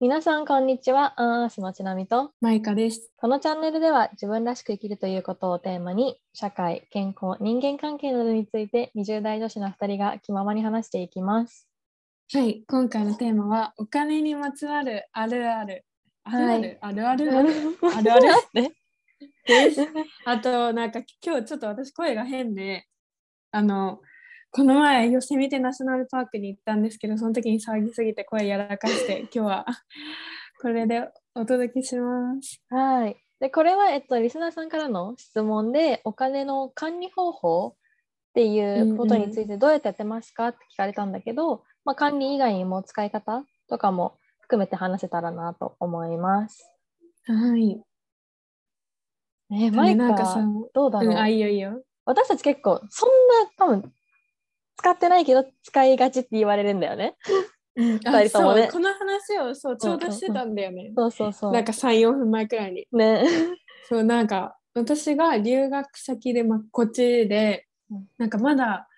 皆さん、こんにちは。アンアースのちなみと。マイカです。このチャンネルでは、自分らしく生きるということをテーマに、社会、健康、人間関係などについて、20代女子の2人が気ままに話していきます。はい、今回のテーマはお金にまつわるあるある。あるある、あるあるあるあるあるねです。あと、なんか今日ちょっと私声が変で、あの、この前、寄せ見てナショナルパークに行ったんですけど、その時に騒ぎすぎて声やらか して、今日はこれでお届けします。はい。で、これは、えっと、リスナーさんからの質問で、お金の管理方法っていうことについて、どうやってやってますかって聞かれたんだけど、まあ、管理以外にも使い方とかも含めて話せたらなと思います。はい。ねえ、マイなんカかさ、どうだうろう、ん、あ、いいよいいよ。私たち結構、そんな多分、使ってないけど、使いがちって言われるんだよね。あ二人ともねそうこの話をそうちょうどしてたんだよね。そうそうそう。なんか34分前くらいに。ね。そうなんか私が留学先で、まあ、こっちでうんなんかまだ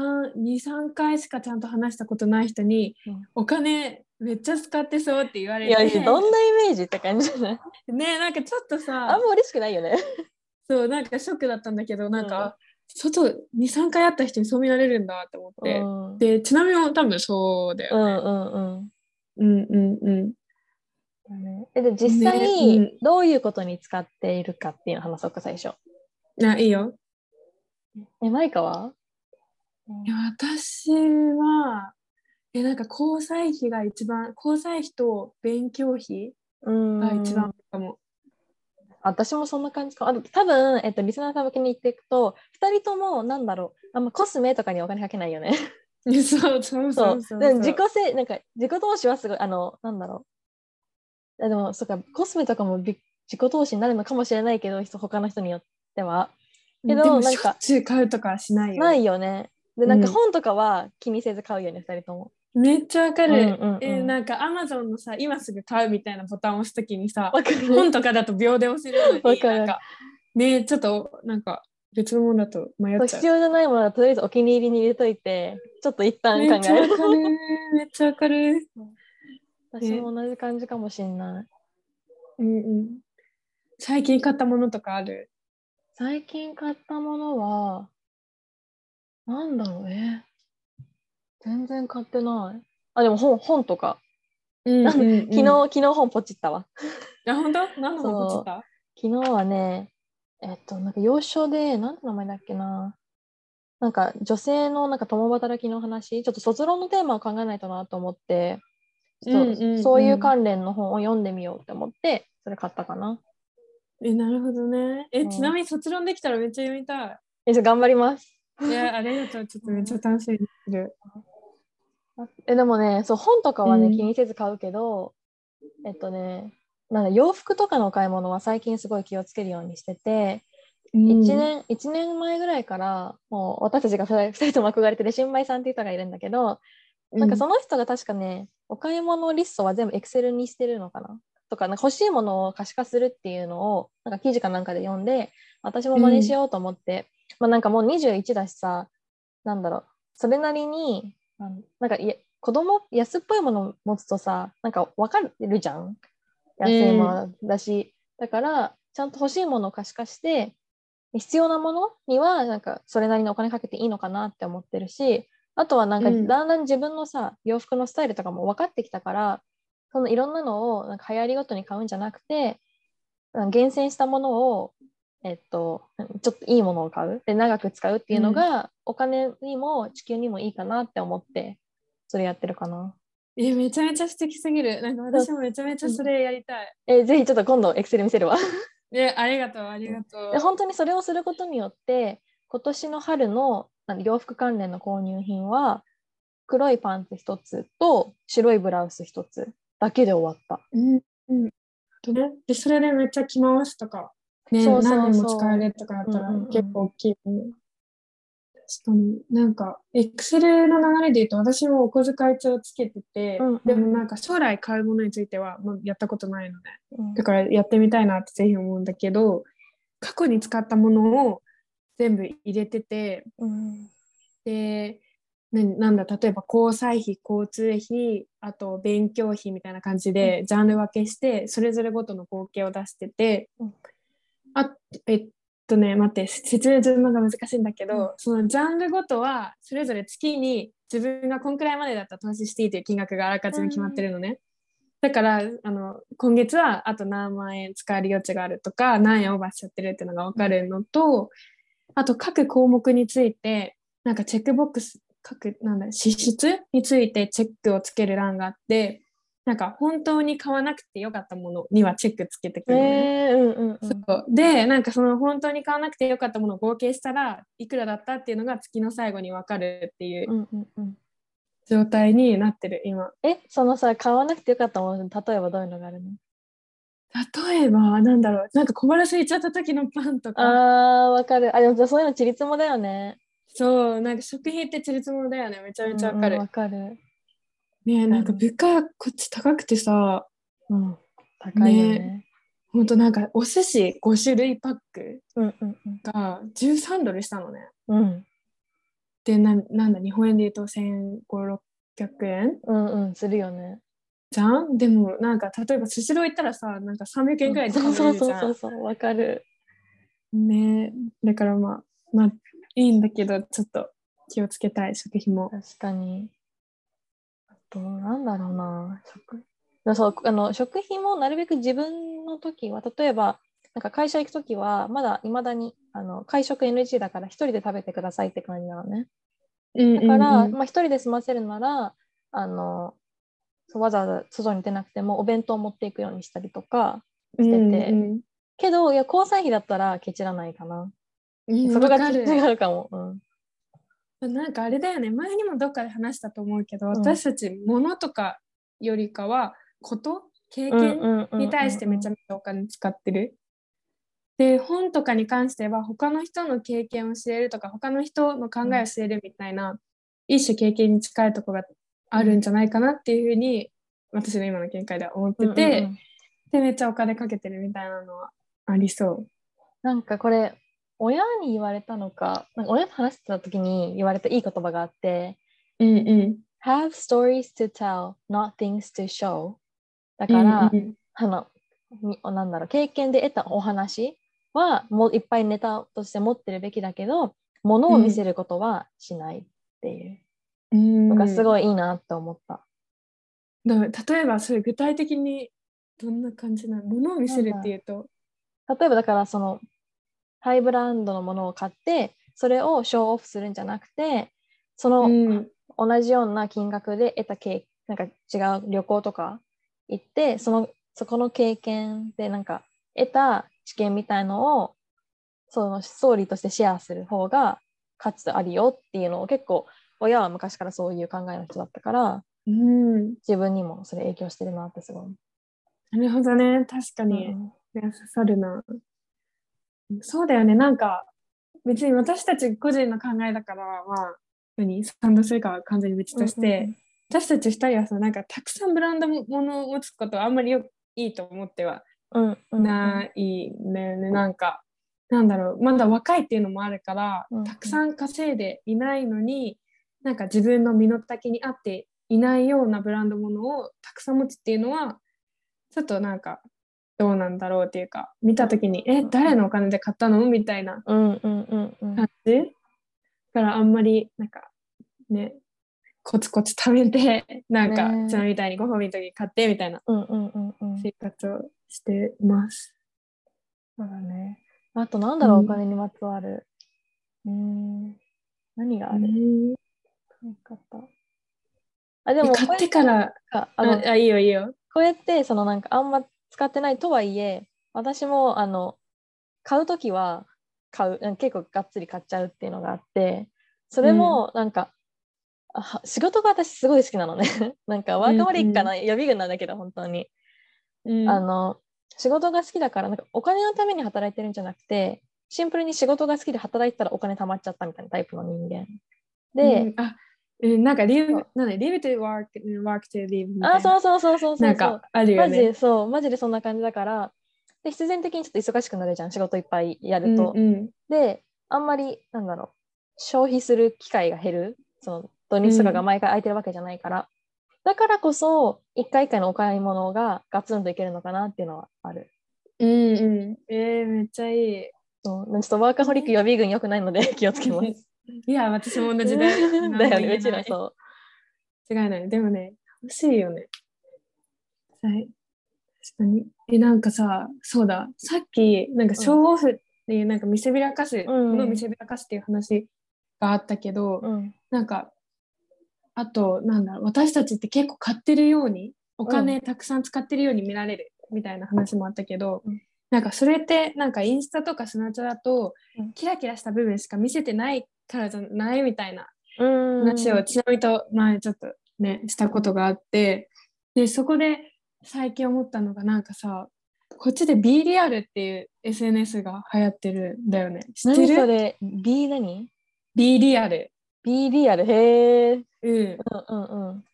23回しかちゃんと話したことない人に、うんお金めっちゃ使ってそうって言われいや、てどんなイメージって感じじゃないねなんかちょっとあさんま嬉しくないよね。そうなんかショックだったんだけどなんうんか、外23回会った人にそう見られるんだって思っうんうて、んでちなみにも多分そうだうよ、んうん。うん、うんうんだねえで実際、ねうんどういうことに使っているかっていうのを話そうか最初。あいいよえ、マイカはいや私はえなんか交際費が一番交際費と勉強費うんが一番かも。私もそんな感じか。あと多分、えっと、リスナーさん向けに言っていくと、2人とも、なんだろう、あんまコスメとかにお金かけないよね。そうそうそそうう。でも自己せなんか自己投資はすごいあのなんだろうあでもそっかコスメとかもび自己投資になるのかもしれないけど人他の人によってはけどでもなんかしょっちゅう買うとかはしないよ。ないよねでなんかうん本とかは気にせず買うよね、二人ともめっちゃわかる。うんうんうんえーなんかアマゾンのさ今すぐ買うみたいなボタンを押すときにさわかる本とかだと秒で押せるのわにかるなんかねちょっとなんか別のものだと迷っち必ゃう。要じゃないものはとりあえずお気に入りに入れといてちょっと一旦め考っちゃわえかるる。めっちゃわかる。私も同じ感じかもしれないうんうん。最近買ったものとかある。最近買ったものはなんだろうね全然買ってないあでも本本とかうんうんうん昨日、昨日本ポチったわあ本当？何の本落ちた？昨日はね、えっと、なんか幼少で、なんて名前だっけな。なんか女性のなんか共働きの話、ちょっと卒論のテーマを考えないとなと思って、ちょっとうんうんうんそういう関連の本を読んでみようって思って、それ買ったかな。えなるほどね。え、うんちなみに卒論できたらめっちゃ読みたえ、じゃあ頑張ります。い。いや ありがとう。ちょっとめっちゃ楽しみにしてる。え、でもね、そう、本とかはうね、ん気にせず買うけど、えっとね、なんだ洋服とかのお買い物は最近すごい気をつけるようにしてて、うん1年一年前ぐらいからもう私たちが2人二人と も憧れてる新米さんっていう人がいるんだけど、なんかその人が確かねお買い物リストは全部エクセルにしてるのかなとかなんか欲しいものを可視化するっていうのをなんか記事かなんかで読んで私も真似しようと思って、まあ、なんかもう21だしさなんだろうそれなりになんなんかいえ子供安っぽいもの持つとさなんか分かるじゃん安いものだし、だからちゃんと欲しいものを可視化して必要なものにはなんかそれなりのお金かけていいのかなって思ってるしあとはなんかうんだんだん自分のさ、洋服のスタイルとかも分かってきたからそのいろんなのをなんか流行りごとに買うんじゃなくてうん厳選したものをえっとちょっといいものを買うで長く使うっていうのが、お金にも地球にもいいかなって思ってそれやってるかな。えめちゃめちゃ素敵すぎる。なんか私もめちゃめちゃそれやりたい。えぜひちょっと今度エクセル見せるわ。えありがとうありがとうで。本当にそれをすることによって今年の春のなん洋服関連の購入品は黒いパンツ1つと白いブラウス1つだけで終わった。うんうん。とねでそれでめっちゃ着回すとか。ねそうそうそう何年も使えるとかだったらうんうんうん結構大きいよね。確かになんか Excel の流れで言うと私もお小遣い帳つけてて、うんうんでもなんか将来買うものについては、まあ、やったことないのでうんだからやってみたいなってぜひ思うんだけど過去に使ったものを全部入れててうんでななんだ例えば交際費交通費あと勉強費みたいな感じでジャンル分けしてそれぞれごとの合計を出してて、うんあえっとね待って説明するのが難しいんだけど、うんそのジャンルごとはそれぞれ月に自分がこんくらいまでだったら投資していいという金額があらかじめ決まってるのね。だからあの今月はあと何万円使える余地があるとか何円オーバーしちゃってるっていうのが分かるのと、あと各項目についてなんかチェックボックス各なんだ支出についてチェックをつける欄があってなんか本当に買わなくてよかったものにはチェックつけてくえれるのね、ー、うんうんうん。そうでなんかその本当に買わなくてよかったものを合計したらいくらだったっていうのが月の最後に分かるっていううんうんうん、状態になってる今。え、そのさ、買わなくてよかったもの、例えばどういうのがあるの例えばなんだろうなんか小腹空いちゃった時のパンとかあー、わかる。あ、でもじゃあそういうの、ちりつもだよね。そうなんか食費ってちりつものだよねめちゃめちゃわかうんうんわる、かる。ねえなんかうん物価こっち高くてさうん。高いよね。ほんとなんかお寿司5種類パックうんうんうん。が13ドルしたのねうんでなんなんだ日本円で言うと1500600円うんうん、するよね。じゃんでもなんか例えばスシロー行ったらさなんか300円くらいでそ食うべそうそれるじうゃそうんそう、わかる。ねえだからまあまあいいんだけどちょっと気をつけたい食費も確かに。あと、なんだろうな。食そうあの食費もなるべく自分の時は、例えば、なんか会社行く時は、まだいまだにあの会食 NG だから、一人で食べてくださいって感じなのね。だだから、まあ、一人で済ませるなら、あのそうわざわざ外に出なくても、お弁当を持っていくようにしたりとか、うんててうんうんけど、いや交際費だったらケチらないかな。うんそこわがかる違うかも。うんなんかあれだよね前にもどっかで話したと思うけど、ん私たち物とかよりかはこと経うん験うんうんに対してめちゃめちゃお金使ってる。で本とかに関しては他の人の経験を知れるとか他の人の考えを知れるみたいな、一種経験に近いとこがあるんじゃないかなっていうふうに私の今の見解では思ってて、うんうんうんでめっちゃお金かけてるみたいなのはありそう。なんかこれ親に言われたのかなんか親と話してた時に言われたいい言葉があってうんうん、 「have stories to tell not things to show」だから、うんうんあのみなんだろう経験で得たお話はもういっぱいネタとして持ってるべきだけどものを見せることはしないっていううん、のがすいごいいいなって思った。だから例えばそれ具体的にどんな感じなのものを見せるっていうと。例えばだからそのハイブランドのものを買ってそれをショーオフするんじゃなくてその、うん同じような金額で得た経なんか違う旅行とか行ってそのそこの経験でなんか得た知見みたいのをそのストーリーとしてシェアする方が価値あるよっていうのを結構親は昔からそういう考えの人だったからうん、自分にもそれ影響してるなってすごい思なるほどね確かう。に、いや刺さるなそうだよねなんか別に私たち個人の考えだからまあ何賛同するかは完全に別として、私たち二人はさなんかたくさんブランドものを持つことはあんまりよいいと思ってはうんうんうん、ないんだよね、なんかなんだろうまだ若いっていうのもあるから、うんうんたくさん稼いでいないのになんか自分の身の丈に合っていないようなブランドものをたくさん持つっていうのはちょっとなんかどうなんだろうっていうか見た時に「え誰のお金で買ったの?」みたいなうんうんうんうん感じだからあんまりなんかねコツコツ貯めてなんかねちなみみたいにご褒美の時に買ってみたいなうんうんうんうん生活をしてます。そうだね。あと、なんだろう、うんお金にまつわる。うーん。何がある、うん買い方あ、でも、買ってからこうやってああのあいいよいいよこうやって、そのなんか、あんま使ってないとはいえ、私も、あの、買うときは、買う、うん結構がっつり買っちゃうっていうのがあって、それも、なんか、あは仕事が私すごい好きなのね。 なんか、ワーカホリックかな、予備軍なんだけど、本当に。うんあの仕事が好きだからなんかお金のために働いてるんじゃなくてシンプルに仕事が好きで働いてたらお金貯まっちゃったみたいなタイプの人間うで、んあうんなんかリブそうなんだリブ to work and work to live みたいなあそうそうそうそうそうそうなんかあるよマねジそうマジでそんな感じだからで必然的にちょっと忙しくなるじゃん仕事いっぱいやると、うんうんであんまりなんだろう消費する機会が減るその土日とかが毎回空いてるわけじゃないから、だからこそ一回一回のお買い物がガツンといけるのかなっていうのはあるうんうん。えー、めっちゃいい。そうちょっとワーカホリック予備軍良くないので 気をつけますいや、私も同じ だだよ。よねうちらう。そ間違いない。でもね、欲しいよね。はい。確かに。え、なんかさ、そうだ。さっき、なんか、小オフっていう、なんか、見せびらかす、んの見せびらかすっていう話があったけど、う、うん、なんか、あと、なんだろう、私たちって結構買ってるように、お金たくさん使ってるように見られるみたいな話もあったけど、うんなんかそれって、なんかインスタとかスナチャだとうん、キラキラした部分しか見せてないからじゃないみたいなうん話をちなみと前ちょっとねしたことがあってでそこで最近思ったのがなんかさこっちで B リアルっていう SNS が流行ってるんだよね知って何そるれ B 何 ?B リアル ?B リアルへえうんうんうんうん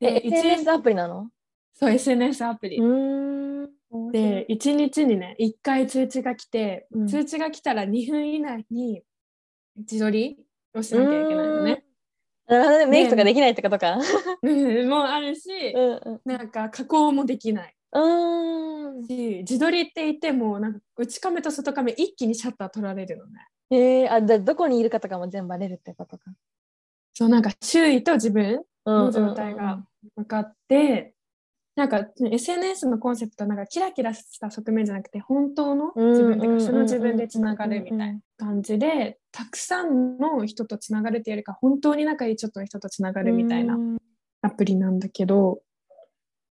えで SNS アプリなのそう SNS アプリ、うーんで1日にね1回通知が来て、うん通知が来たら2分以内に自撮りをしなきゃいけないのね。なるほどねメイクとかできないってことか。うんもうあるし、うんうんなんか加工もできない。うーん。し自撮りって言ってもなんか内カメと外カメ一気にシャッター取られるのねえー、あじゃあどこにいるかとかも全部バレるってことか。そうなんか周囲と自分うんうんうのん状態が。分かって、なんか SNS のコンセプトはなんかキラキラした側面じゃなくて本当の自分っていうかその自分でつながるみたいなな。感じでたくさんの人とつながるっていうよりか本当に仲いいちょっとの人とつながるみたいなうんアプリなんだけど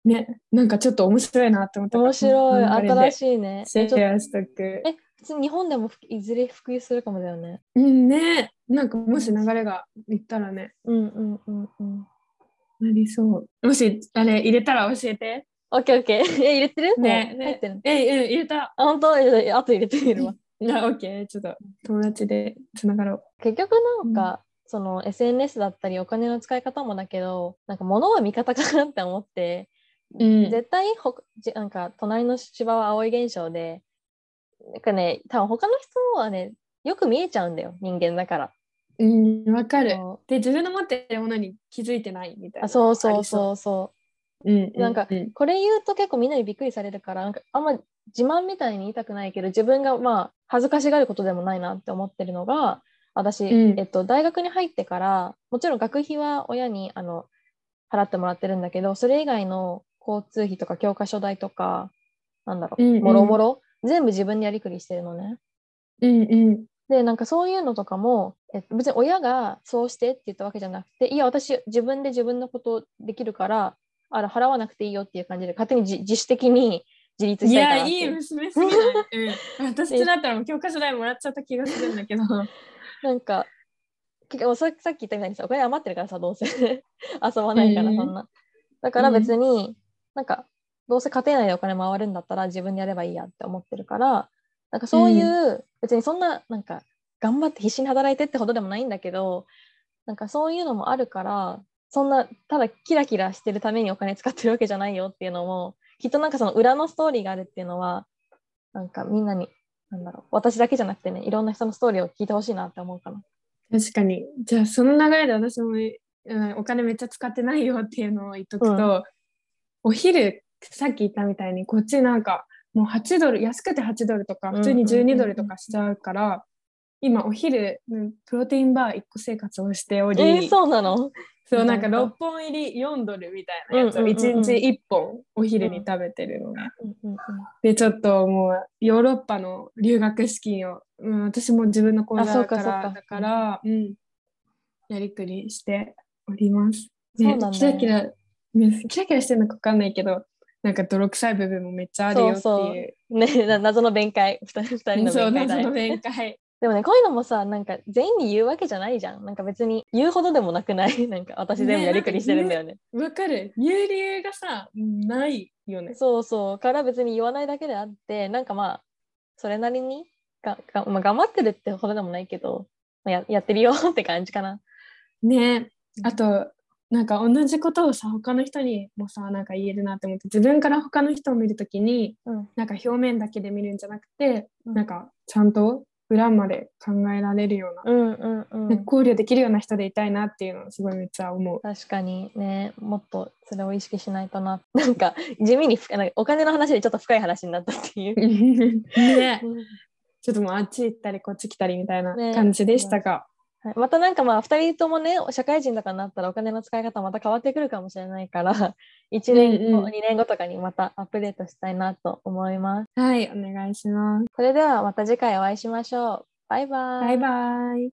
ねなんかちょっと面白いなって思ったから面白い。この流れで新しいね。シえちょっとェアしとくえ普通に日本でもふいずれ普及するかもだよね。うんね、なんかもし流れがいったらね、うんうんうんうん。なりそう。もしあれ入れたら教えて。オッケーオッケー。え入れてる？ねもうね入ってる。え、うん、入れた。あ本当えあと入れてみるわ。な、オッケー、ちょっと友達でつながろ結局なんか。その SNS だったりお金の使い方もだけどなんか物は味方かなって思ってう。うん絶対ほじなんか隣の芝は青い現象でなんかね多分他の人はねよく見えちゃうんだよ人間だから。うん、わかる。そうで、自分の持ってるものに気づいてないみたいな。あそうあそうりそうそうう。うん、なんかううんこれ言うと結構みんなにびっくりされるからなんかあんま自慢みたいに言いたくないけど自分がまあ恥ずかしがることでもないなって思ってるのが私、うんえっと、大学に入ってからもちろん学費は親にあの払ってもらってるんだけどそれ以外の交通費とか教科書代とかなんだろううんうんもろもろ全部自分でやりくりしてるのね。うんうん。でなんかそういうのとかも、えっと、別に親がそうしてって言ったわけじゃなくていや私自分で自分のことできるからあら払わなくていいよっていう感じで勝手に自自主的に自立いしたいからや、っていいいう娘すぎない。 うん、私だったらもう教科書代もらっちゃった気がするんだ けど。なんか結構ささっき言ったみたいにさお金余ってるからさどうせ 遊ばないからうんそんな、だから別に、なんかどうせ家庭内でお金回るんだったら自分でやればいいやって思ってるからなんかそういう、別にそんななんか頑張って必死に働いてってほどでもないんだけどなんかそういうのもあるからそんなただキラキラしてるためにお金使ってるわけじゃないよっていうのもきっとなんかその裏のストーリーがあるっていうのはなんかみんなになんだろう私だけじゃなくてねいろんな人のストーリーを聞いてほしいなって思うかな。確かに。じゃあその流れで私も、うん、お金めっちゃ使ってないよっていうのを言っとくと、うんお昼さっき言ったみたいにこっちなんかもう8ドル安くて8ドルとかうん普通に12ドルとかしちゃうから、今お昼、うんプロテインバー1個生活をしており、えー、そうなのそうなんかなん6か本入り4ドルみたいなやつをうんうん1うんうん日1本お昼に食べてるのね。うんうんうんでちょっともうヨーロッパの留学資金を、うん、私も自分の口座あそうかからそうかだから、うん、やりくりしております。そうなねんだよキラキラねキラキラしてるのか分かんないけどなんか泥臭い部分もめっちゃあるよっていうそうねな謎の弁解2人二人のそう弁解謎だのね面会でもねこういうのもさなんか全員に言うわけじゃないじゃんなんか別に言うほどでもなくない なんか私全部やりくりしてるんだよねわかる有流がさないよね。そうそうから別に言わないだけであってなんかまあそれなりにがが、まあ、頑張ってるってほどでもないけど、まあ、ややってるよって感じかなねあとなんか同じことをさ他の人にもさなんか言えるなって思って自分から他の人を見るときにうんなんか表面だけで見るんじゃなくて、うんなんかちゃんと裏まで考えられるような、うんうん うん。考慮できるような人でいたいなっていうのをすごいめっちゃ思う。確かにね、もっとそれを意識しないとな。なんか、地味に深いなんかお金の話でちょっと深い話になったって いう。ね、ちょっともうあっち行ったりこっち来たりみたいな感じでしたが、はいまたなんかまあ、2人ともね、社会人とかになったらお金の使い方また変わってくるかもしれないから、1年 後、うんうん2年後とかにまたアップデートしたいなと思います。はい、お願いします。それではまた次回お会いしましょう。バイバイ。バイバイ。